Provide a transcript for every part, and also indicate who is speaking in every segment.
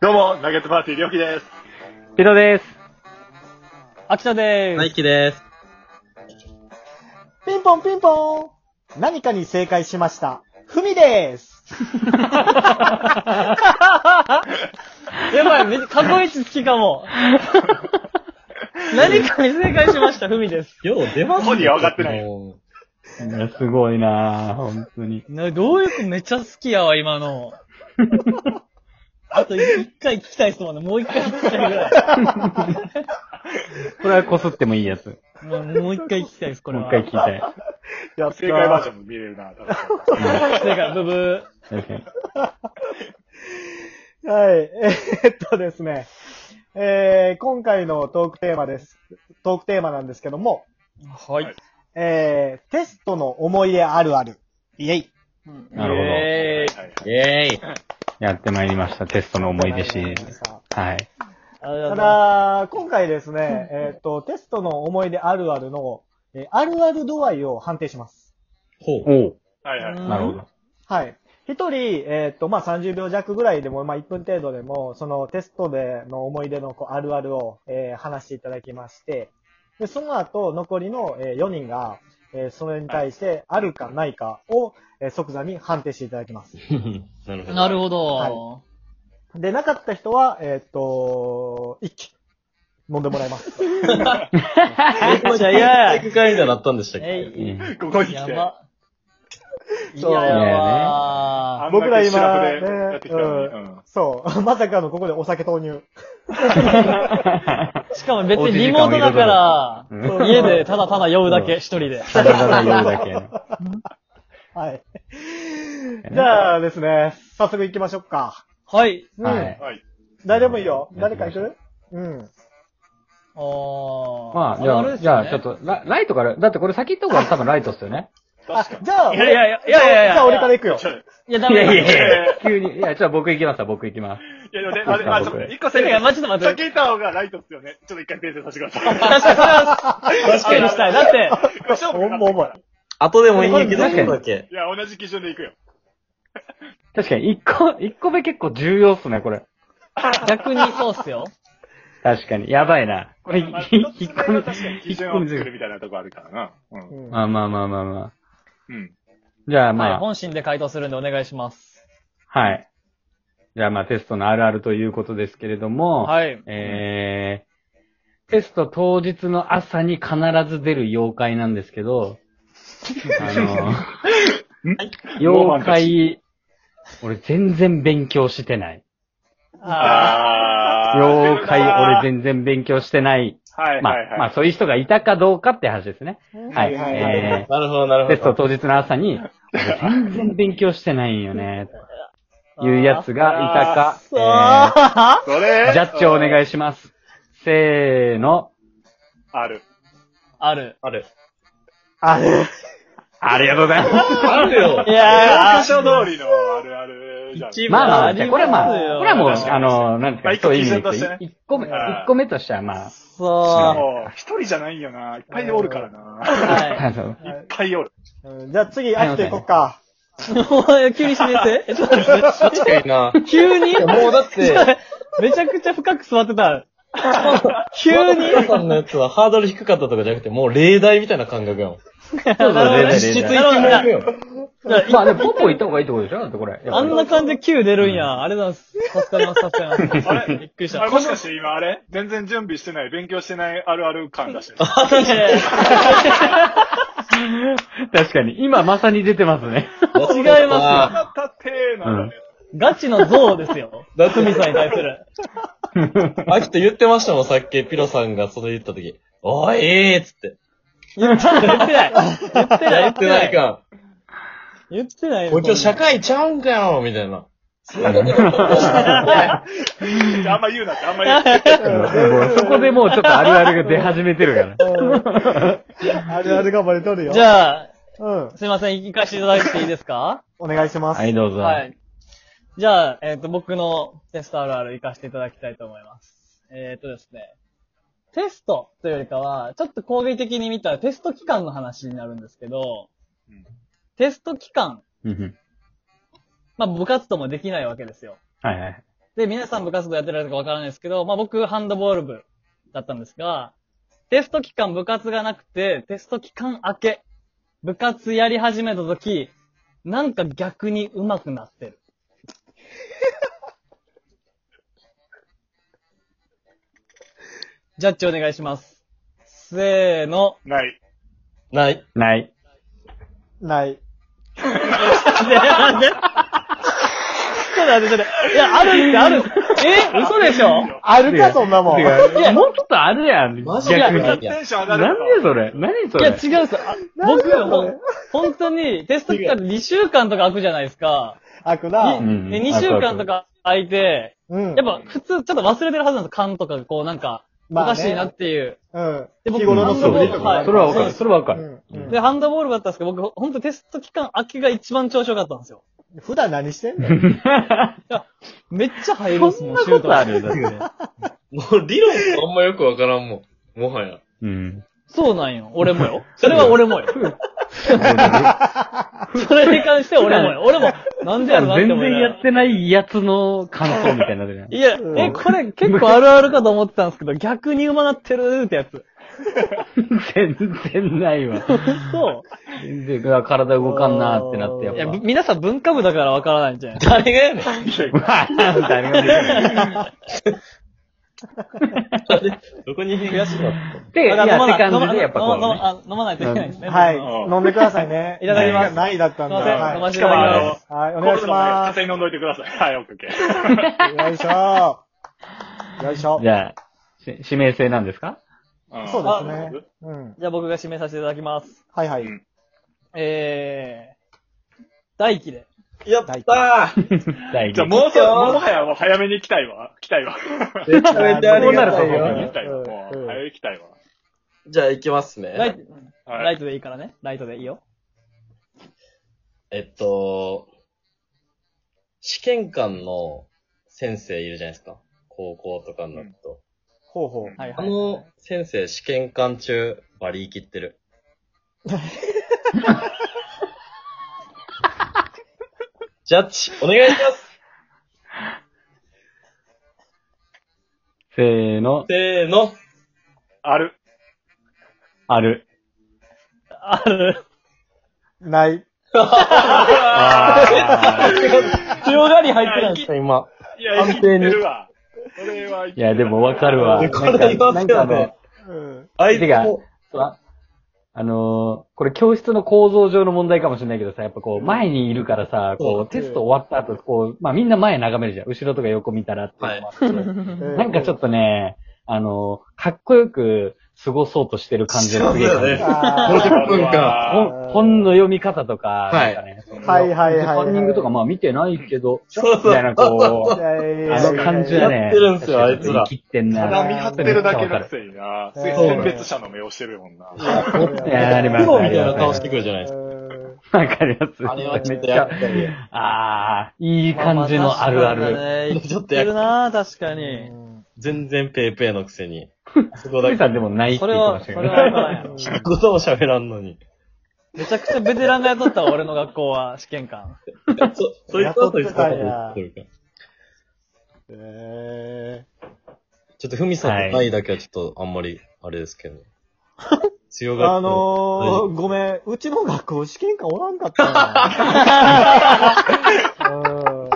Speaker 1: どうも、ナゲットパーティー、りょうきです。
Speaker 2: ピノです。秋田です。
Speaker 3: ナイキです。
Speaker 4: ピンポンピンポーン何かに正解しました。ふみです。
Speaker 5: やばい、め過去一好き かも。何かに正解しました、ふみです。
Speaker 3: よう出ますね
Speaker 1: 本人は分かってない
Speaker 3: も
Speaker 2: いや、すごいなぁ、本当に。
Speaker 5: な、どういう、めっちゃ好きやわ、今 の。あと一回聞きたいですもんね。もう一回聞きたいぐらい。
Speaker 2: これはこすってもいいやつ。
Speaker 5: うんもう一回聞きたいです、これ
Speaker 2: もう
Speaker 5: は。
Speaker 2: 一回聞きたい。
Speaker 4: やっ
Speaker 1: 正解バージョ
Speaker 4: た
Speaker 1: ンも見れるな、多分。
Speaker 5: 正解、ブブー。
Speaker 2: 確かに
Speaker 4: はい。 えーっとですね。えー、今回のトークテーマです。トークテーマなんですけども、
Speaker 5: はい
Speaker 4: えー、テストの思い出あるある。イェイ。
Speaker 2: なるほど
Speaker 5: えー、
Speaker 1: はい。
Speaker 3: うイェーイ。
Speaker 2: やってまいりました、テストの思い出シリーズ。は
Speaker 5: あ
Speaker 2: い。
Speaker 5: りがと
Speaker 4: た
Speaker 5: うございま
Speaker 4: だ、今回です ね、えーっと、テストの思い出あるあるの、えーあるある度合いを判定します。
Speaker 3: ほう。
Speaker 2: おう
Speaker 1: はいはい。
Speaker 5: う
Speaker 1: は
Speaker 5: ん
Speaker 2: なるほど。
Speaker 4: はい。一人、えっ、と、まあ、30秒弱ぐらいでも、まあ、1分程度でも、そのテストでの思い出のこうあるあるを、えー話していただきまして、で、その後、残りの、え4人が、えーそれに対して、あるかないかを、えー即座に判定していただきます。
Speaker 3: なる
Speaker 5: す。
Speaker 3: ほど。
Speaker 5: なるほど。
Speaker 4: はいで、なかった人は、えっ、と、一気、飲んでもらいます。
Speaker 5: めっちゃ嫌や。
Speaker 3: 体育会員だったんでしたっけ
Speaker 5: え
Speaker 2: うん
Speaker 1: い。ここに
Speaker 5: い、
Speaker 1: 来
Speaker 5: や
Speaker 1: て、
Speaker 5: ば。い
Speaker 4: そう
Speaker 5: ややわ
Speaker 1: あんだけ
Speaker 4: 僕ら今
Speaker 1: シラフでやってきたのに
Speaker 4: ね
Speaker 1: うん
Speaker 4: そう。 まさかの、ここでお酒投入。
Speaker 5: しかも別にリモートだか
Speaker 2: おじい
Speaker 5: ら、家でただただ酔うだけ、
Speaker 2: うん
Speaker 5: 一人で。
Speaker 2: ただただ言うだけの。
Speaker 4: はい。じゃあですね、早速行きましょうか。
Speaker 5: はい。
Speaker 4: うん
Speaker 2: はい。
Speaker 1: はい。
Speaker 4: 誰でもいいよ。
Speaker 2: やっ
Speaker 4: 誰
Speaker 2: てみま
Speaker 4: か
Speaker 2: し
Speaker 4: 行
Speaker 2: ょう
Speaker 4: くうん。
Speaker 5: おー。
Speaker 2: まあ、じ
Speaker 5: る
Speaker 2: ゃ
Speaker 5: で
Speaker 2: あ、
Speaker 5: す
Speaker 2: じゃ
Speaker 5: よ
Speaker 2: あ、
Speaker 5: ね
Speaker 2: ちょっ。と、ラライトから、だってこれ先行った方が多分ライトっすよね。
Speaker 4: あ
Speaker 1: 確か、に。
Speaker 4: じゃあ、
Speaker 5: いやいやいやいやいやいや
Speaker 4: じゃあ俺から行くよ。
Speaker 1: ちょっと
Speaker 5: いや、ダ
Speaker 2: い
Speaker 5: メ
Speaker 2: や
Speaker 5: だ
Speaker 2: い
Speaker 5: よ。
Speaker 2: やい
Speaker 1: え
Speaker 2: や、急に。いや、じゃあ僕行きますわ、僕行きます。
Speaker 1: いや、でもね、あれ、あ、ちょっと、一個
Speaker 5: て
Speaker 1: 正
Speaker 5: か、
Speaker 1: 解。
Speaker 5: まあ、ちょっと待っ
Speaker 1: 先
Speaker 5: て。
Speaker 1: 行った方がライトっすよね。ちょっと一回訂正させてください。
Speaker 5: 確かに、それは、確かにしたい。だって、
Speaker 1: 勝負かかってるから
Speaker 3: 後でもいいんやけど、
Speaker 2: 確かに
Speaker 3: だけ。
Speaker 1: いや、同じ基準で行くよ。
Speaker 2: 確かに、一個、一個目結構重要っすね、これ。
Speaker 5: 逆にそうっすよ。
Speaker 2: 確かに。やばいな。これ、
Speaker 1: まあ、
Speaker 2: 引
Speaker 1: 一つ
Speaker 2: っ
Speaker 1: 目
Speaker 2: 込み
Speaker 1: が確かに、基
Speaker 2: 引っ
Speaker 1: 準
Speaker 2: 込
Speaker 1: を
Speaker 2: み
Speaker 1: 作る
Speaker 2: する。
Speaker 1: みたいなとこあるからな。うん。
Speaker 4: うん
Speaker 2: まあまあまあまあま
Speaker 1: うん。
Speaker 2: あ。じゃあま
Speaker 5: はい、
Speaker 2: あ、
Speaker 5: 本心で回答するんでお願いします。
Speaker 2: はい。じゃあまあテストのあるあるということですけれども、
Speaker 5: はい。
Speaker 2: えー、テスト当日の朝に必ず出る妖怪なんですけど、あの、 妖怪、俺全然勉強してない。
Speaker 5: あ
Speaker 1: あ
Speaker 2: 妖怪、俺全然勉強してない。
Speaker 1: はい
Speaker 2: ま
Speaker 1: はい
Speaker 2: あ、
Speaker 1: はい。
Speaker 2: まあそういう人がいたかどうかって話ですね。は
Speaker 4: はい
Speaker 2: い。
Speaker 4: はいはい
Speaker 2: え
Speaker 3: なるほど、な
Speaker 2: ー、テ
Speaker 3: る
Speaker 2: ス
Speaker 3: ほど
Speaker 2: ト。当日の朝に、俺全然勉強してないんよね、というやつがいたか、
Speaker 4: あ
Speaker 1: それ
Speaker 2: ジャッジをお願
Speaker 1: い。
Speaker 2: いします。せーの。
Speaker 1: ある。
Speaker 5: ある。
Speaker 3: ある。
Speaker 4: あれ
Speaker 2: ありがとうございます。
Speaker 3: あるよ
Speaker 5: いや
Speaker 1: 教科
Speaker 5: ー、
Speaker 1: 書通りのあるあるじゃん。
Speaker 5: 一部
Speaker 2: まあま
Speaker 5: あ
Speaker 2: あ、
Speaker 5: り
Speaker 2: じ
Speaker 5: ま
Speaker 2: ゃあ
Speaker 5: す
Speaker 2: これはまあ、こ
Speaker 5: よ
Speaker 2: れはもう、
Speaker 1: 確かに
Speaker 2: あの、なんです
Speaker 1: まあ
Speaker 2: か、そういう意味
Speaker 1: 一個基準とし
Speaker 2: で
Speaker 1: て
Speaker 2: 言
Speaker 1: ね
Speaker 2: うと、1個目、
Speaker 1: はい
Speaker 2: 一個目としてはまあ、
Speaker 5: そ
Speaker 1: もう、一人じゃないよな。いっぱいおるから
Speaker 5: う。
Speaker 1: な。
Speaker 5: は
Speaker 2: あの
Speaker 1: いっぱいおる。
Speaker 4: うんじゃあ次、アキト行こ っか。
Speaker 5: い。おい急に締めて。えちょっと待って
Speaker 3: 確かにな。
Speaker 5: 急に
Speaker 3: もうだって、
Speaker 5: めちゃくちゃ深く座ってた。急に。
Speaker 3: さんのやつはハードル低かったとかじゃなくて、もう例題みたいな感覚やもん。
Speaker 2: そうそう、例題
Speaker 3: 実質
Speaker 2: 例
Speaker 3: 一
Speaker 2: 題
Speaker 3: 問目やもん。
Speaker 2: まあ、でも、ポッポ行った方がいいってことでしょだってこれ。やっ
Speaker 5: あ
Speaker 2: ぱり
Speaker 5: んな感じで Q 出るんや。あれだ、助かります、助かります。
Speaker 1: あれ
Speaker 5: びっくりし
Speaker 1: あ
Speaker 5: た。
Speaker 1: れもしかして今あれ全然準備してない、勉強してないあるある感出してる。
Speaker 2: 確かに。今まさに出てますね。
Speaker 5: 違いますよ
Speaker 3: あ
Speaker 1: あたてーなんだね。
Speaker 5: ガチの像ですよ。ふみさんに対する。
Speaker 3: ー。あきと言ってましたもん、さっきピロさんがそれ言った時。おい、ええーっつって。
Speaker 5: 言ってない。言ってない。言ってな
Speaker 3: 言ってな
Speaker 5: い。
Speaker 3: い。か。
Speaker 5: 言ってないよ。
Speaker 3: こいつ社
Speaker 5: こ
Speaker 3: 会ちゃうんかよ、みたいな。
Speaker 1: あんま言うなって、あんま言うなって。
Speaker 2: もうそこでもうちょっとあるあるが出始めてるから。
Speaker 4: あるある頑張れとる
Speaker 5: ん
Speaker 4: よ。
Speaker 5: なじゃあ、
Speaker 4: うん。
Speaker 5: すいません、行かせていただいていいですか
Speaker 4: お願いします。
Speaker 2: はい、どうぞ。
Speaker 5: は
Speaker 2: はい。
Speaker 5: い。じゃあ、えっ、と、僕のテストあるある行かせていただきたいと思います。えっ、とですね。テストというよりかは、ちょっと攻撃的に見たらテスト期間の話になるんですけど、
Speaker 1: うん
Speaker 5: テスト期間、
Speaker 2: うんうん。
Speaker 5: まあ部活動もできないわけですよ。
Speaker 2: はいはい。
Speaker 5: で、皆さん部活動やってられるかわからないですけど、まあ僕、ハンドボール部だったんですが、テスト期間部活がなくて、テスト期間明け、部活やり始めた時、なんか逆に上手くなってる。ジャッジお願いします。せーの。
Speaker 1: ない。
Speaker 3: ない。
Speaker 2: ない。
Speaker 4: ない。
Speaker 5: いや、なん でちょっと待って、ちょっと待って。いや、あるってある。え嘘でしょ
Speaker 4: あるか、そんなもん。
Speaker 2: て
Speaker 4: い
Speaker 2: か、もっとあるやん。
Speaker 3: マジ
Speaker 2: 逆
Speaker 3: で
Speaker 2: に。
Speaker 3: ない
Speaker 1: テ
Speaker 3: や。
Speaker 1: ンション上が
Speaker 2: な
Speaker 1: る
Speaker 2: んでそれ何そ
Speaker 5: いや、違うん
Speaker 2: れ
Speaker 5: ですよ。あ僕、ほん本当にテスト期間2週間とか空くじゃないですか。
Speaker 4: 悪
Speaker 5: で
Speaker 4: な。
Speaker 2: ん
Speaker 5: 2週間とか空いて、
Speaker 4: うん。
Speaker 5: やっぱ普通ちょっと忘れてるはずなんです勘とか、こうなんか、お
Speaker 4: まあね
Speaker 5: かしいなっていう。
Speaker 4: うん。
Speaker 5: で僕
Speaker 4: 日頃の
Speaker 2: そう
Speaker 4: 素振り
Speaker 2: そ
Speaker 4: と
Speaker 2: う
Speaker 4: かね。
Speaker 2: それはわかる。それはわか
Speaker 4: う
Speaker 2: る。
Speaker 4: んうん
Speaker 5: で、ハンドボール部だったんですけど、僕、本当テスト期間明けが一番調子良かったんですよ。
Speaker 4: 普段何してんの
Speaker 5: めっちゃ入るっすもん、
Speaker 2: そんなことある
Speaker 5: シュートが
Speaker 3: もう理論あんまよくわからんもん。もはや。
Speaker 2: うん。
Speaker 5: そうなんよ。俺もよ。それは俺もよ。それに関しては俺もよ。俺も、なんでやろなって
Speaker 2: 全
Speaker 5: 思いなが
Speaker 2: 然や
Speaker 5: ら
Speaker 2: ってないやつの感想みたいになってるやん。
Speaker 5: いや、え、これ結構あるあるかと思ってたんですけど、逆に馬なってるってや つ。
Speaker 2: 全然ないわ。
Speaker 5: そ
Speaker 2: 全然、うわ体動かんなーってなって、や
Speaker 5: う。いや、
Speaker 2: っぱ
Speaker 5: み。皆さん文化部だからわからないんじゃない
Speaker 3: 誰がやねん。
Speaker 2: わーってありますよね
Speaker 3: どこに東があった
Speaker 2: で、いや、
Speaker 5: だから
Speaker 2: って
Speaker 5: 飲まな
Speaker 2: 感じで、やっぱこ
Speaker 5: 飲ま飲
Speaker 2: う
Speaker 5: まあ飲まないといけないですね。
Speaker 4: はい。
Speaker 1: うん
Speaker 4: 飲んでくださいね。
Speaker 5: いただきます
Speaker 4: ないだったん
Speaker 5: すい
Speaker 4: だ。
Speaker 5: ません、飲
Speaker 4: はい
Speaker 5: ませ
Speaker 1: して
Speaker 5: い
Speaker 1: かも、あ
Speaker 5: ただきま
Speaker 1: の
Speaker 5: す。、
Speaker 4: はい、お
Speaker 1: コ
Speaker 4: 願い
Speaker 1: ールのね、
Speaker 4: しま
Speaker 1: 勝手に飲んどいてください。はい、オッケーオッケー。
Speaker 4: す。よいしょー。よいしょ
Speaker 2: ね。じ。ゃあ、し指名制なんですか
Speaker 1: うん
Speaker 4: そうですね。うん。
Speaker 5: じゃあ僕が指名させていただきます。
Speaker 4: はいは
Speaker 1: う
Speaker 4: い。
Speaker 1: ん
Speaker 5: えー、大輝で。
Speaker 3: やったー
Speaker 2: 大
Speaker 1: じゃあ、
Speaker 2: 丈夫。
Speaker 1: もうそ、もはやもう早めに来たいわ。来たいわ。
Speaker 3: めちゃめちゃありがたい
Speaker 2: そうな
Speaker 1: 早めに
Speaker 2: る
Speaker 1: 来
Speaker 2: と
Speaker 1: たいわ。も
Speaker 4: うん
Speaker 1: う、早めに来たいわ。
Speaker 3: じゃあ行きます
Speaker 5: ライ
Speaker 3: ね。
Speaker 5: ト、
Speaker 1: は
Speaker 5: ラ
Speaker 1: い
Speaker 5: イ。トでいいからね。ライトでいいよ。
Speaker 3: えっと、試験官の先生いるじゃないですか。高校とかになると。
Speaker 4: ほうほう。
Speaker 5: はい
Speaker 3: あ
Speaker 5: はい。
Speaker 3: の先生試験官中、バリ生き ってる。ジャッジ、お願いします
Speaker 2: せーの、
Speaker 3: せーの。
Speaker 1: ある。
Speaker 2: ある。
Speaker 5: ある。
Speaker 4: ない。
Speaker 2: あー
Speaker 5: 強がり入ってないんですか
Speaker 3: 今。
Speaker 1: いや、生きてるわ。それは生き
Speaker 2: い
Speaker 1: てる
Speaker 2: や、でもわかるわ。なん
Speaker 3: こ
Speaker 2: か
Speaker 3: れ言いますよね
Speaker 2: なんかあ
Speaker 4: う
Speaker 2: の、
Speaker 4: ん。
Speaker 3: あいつも、
Speaker 2: ああのー、これ教室の構造上の問題かもしれないけどさ、やっぱこう、前にいるからさ、
Speaker 3: う
Speaker 2: こ
Speaker 3: ん
Speaker 2: う、テスト終わった後、こう、まあみんな前眺めるじゃん。後ろとか横見たらっていうのもあって なんかちょ
Speaker 4: っ
Speaker 2: っとね、あのー、かっこよく過ごそうとしてる感じがすげえ感じる
Speaker 3: そうだよね
Speaker 4: あ
Speaker 1: あ
Speaker 3: 50
Speaker 1: る
Speaker 3: 分間。
Speaker 1: わ
Speaker 2: 本本の読み方とか、
Speaker 3: は
Speaker 2: ないんかね、その
Speaker 4: ーはいはいはいはい。
Speaker 2: カンニングとかまあ見てないけど、
Speaker 3: そう
Speaker 2: み
Speaker 3: そ
Speaker 2: たいな
Speaker 3: う。
Speaker 2: こ、
Speaker 4: いうやいやいやいや
Speaker 2: あの感じ
Speaker 3: や
Speaker 2: は
Speaker 3: っ
Speaker 2: ね、
Speaker 3: てるんすよあいつら
Speaker 2: 切ってん
Speaker 1: 肌
Speaker 2: な。
Speaker 1: 見張ってるだけのくせにな。
Speaker 4: そう
Speaker 1: 選別者の目をしてるもんな。
Speaker 2: いや、あります。
Speaker 3: プロ
Speaker 2: あ
Speaker 3: みたい
Speaker 2: り
Speaker 3: な
Speaker 2: ます
Speaker 3: 顔してくるじゃないですか。
Speaker 4: うん
Speaker 2: わかります。
Speaker 3: あれはちょっと
Speaker 2: めっち
Speaker 3: や
Speaker 2: ゃ
Speaker 3: ったり。
Speaker 2: あー、いい感じのあるある。
Speaker 5: る
Speaker 3: ちょっと
Speaker 5: 言ってる
Speaker 3: や、
Speaker 5: なぁ、確か
Speaker 4: う
Speaker 5: に。
Speaker 4: ん
Speaker 3: 全然ペーペーのくせ に。そこ
Speaker 2: ふ
Speaker 3: だ
Speaker 2: みさん
Speaker 3: け。
Speaker 2: でもないって
Speaker 5: それ
Speaker 2: 言ってま
Speaker 5: は、
Speaker 2: し
Speaker 5: そ
Speaker 2: た
Speaker 5: れ
Speaker 2: けど。
Speaker 5: はわからんやろ。
Speaker 3: ことも喋らんのに。
Speaker 5: めちゃくちゃベテランが雇ったわ、俺の学校は、試験官。
Speaker 3: そ、そいつはそいつだと言ってるから。
Speaker 4: え
Speaker 3: ちょっとふみさんの代だけはちょっとあんまり、あれですけ ど。強
Speaker 4: ー
Speaker 3: がって。
Speaker 4: あのー、ごめん、うちの学校試験官おらんかった な。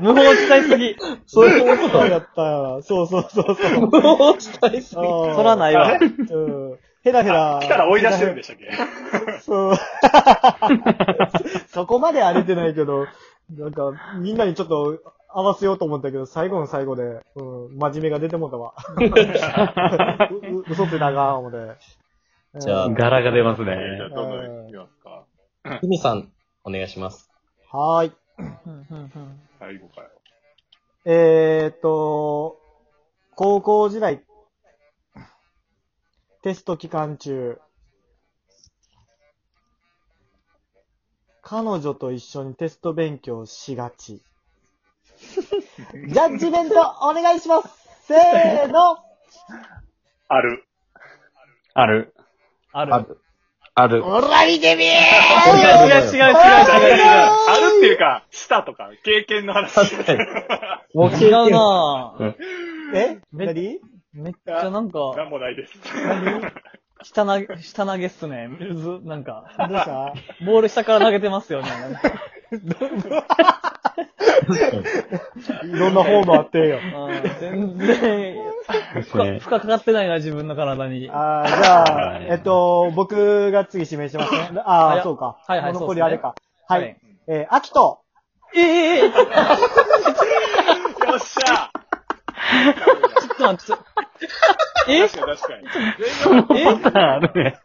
Speaker 5: 無法地帯すぎ。
Speaker 3: そういう
Speaker 4: うん。そうやったよ。そうそうそうそう。
Speaker 3: 無法地帯すぎ。
Speaker 4: うん
Speaker 5: そらないわ。
Speaker 4: うん。ヘラヘラ。
Speaker 1: 来たら追い出してるんでしたっけ
Speaker 4: そう。そこまで荒れてないけど、なんか、みんなにちょっと合わせようと思ったけど、最後の最後で、うん、真面目が出てもう たわ。うう嘘ついたが、思って。
Speaker 3: じゃあ
Speaker 2: 柄が出ますね。
Speaker 1: じゃあ、どんどん行きますか。
Speaker 3: ふみさん、お願いします。
Speaker 4: うんはーい。
Speaker 1: 最後かよ。
Speaker 4: えーっと、高校時代、テスト期間中、彼女と一緒にテスト勉強しがち。ジャッジメントお願いしますせーの
Speaker 1: ある。
Speaker 2: ある。
Speaker 5: ある。
Speaker 6: ある。
Speaker 7: ほら見てみー
Speaker 5: 違う違う違う違う違う
Speaker 1: あるっていうか、したとか、経験の話。
Speaker 6: 確 かに。
Speaker 5: もう違うなぁ。
Speaker 4: え
Speaker 5: め
Speaker 4: 何
Speaker 5: めっちゃなんか、
Speaker 1: なんもないです。
Speaker 5: 下投げ、下投げっすね。ず、なんか、
Speaker 4: どう した
Speaker 5: ボール下から投げてますよね。なんか
Speaker 4: いろんなフォームあってよ。
Speaker 5: うん全然、
Speaker 2: です
Speaker 5: 負荷
Speaker 2: ね
Speaker 5: 負荷。かかってないな、自分の体に。
Speaker 4: あーじゃあ、えっと、僕が次指名しますね。
Speaker 5: は
Speaker 4: ああ、
Speaker 5: や
Speaker 4: そうか。
Speaker 5: はいはい
Speaker 4: もう
Speaker 5: そう
Speaker 4: 残
Speaker 5: ですね
Speaker 4: りあれか。はい。。えー、秋と、
Speaker 5: ええええちょっ
Speaker 1: よっしゃ
Speaker 5: と待って。え
Speaker 1: 確かに確かに。
Speaker 2: パターンあるね。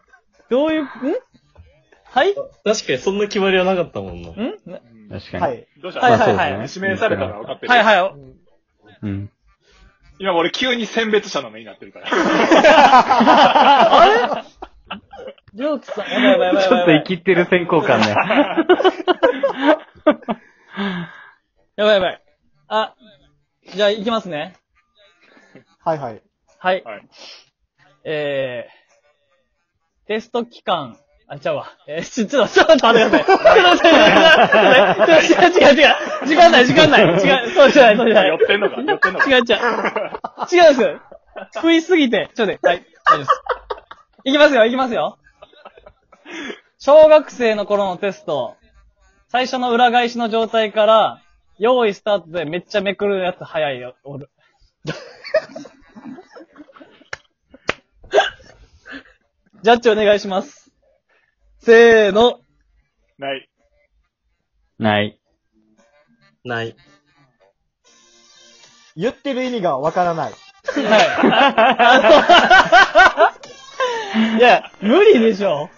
Speaker 5: どういう、んはい
Speaker 3: 確かにそんな決まりはなかったもんな。
Speaker 5: んな
Speaker 2: 確かに。
Speaker 4: はい。
Speaker 1: どうした、
Speaker 5: はいはいはい
Speaker 2: まあ
Speaker 1: 指名されたのは分かってる。
Speaker 5: はいはい。
Speaker 2: うん。
Speaker 1: 今俺急に選別者の目になってるから。
Speaker 5: りょうきさん、やばいやばいやばいや
Speaker 2: ちょっと
Speaker 5: ばい。
Speaker 2: 生きってる選考感ね。
Speaker 5: やばいやばい。あ、じゃあ行きますね。
Speaker 4: はいはい。
Speaker 5: はい。
Speaker 1: はい
Speaker 5: えー、テスト期間、あ、ちゃうわ。えー、ち、ちょっと、ちょっと待ってください。ちょっと待ってください。ちょっと待って違う違う違う。時間ない、時間ない。違う、そうじゃない、そうじゃない。
Speaker 1: 寄ってんのか寄ってんのか
Speaker 5: 違う違う。違うんですよ。食いすぎて。ちょっと待って、はい。大丈夫です。いきますよ、いきますよ。小学生の頃のテスト、最初の裏返しの状態から、用意スタートでめっちゃめくるやつ早いよ、 おる。ジャッジお願いします。せーの。
Speaker 1: ない。
Speaker 2: ない。
Speaker 3: ない。
Speaker 4: 言ってる意味がわからない。
Speaker 5: はい。あのいや、無理でしょ。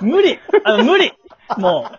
Speaker 5: 無理。あの、無理。もう。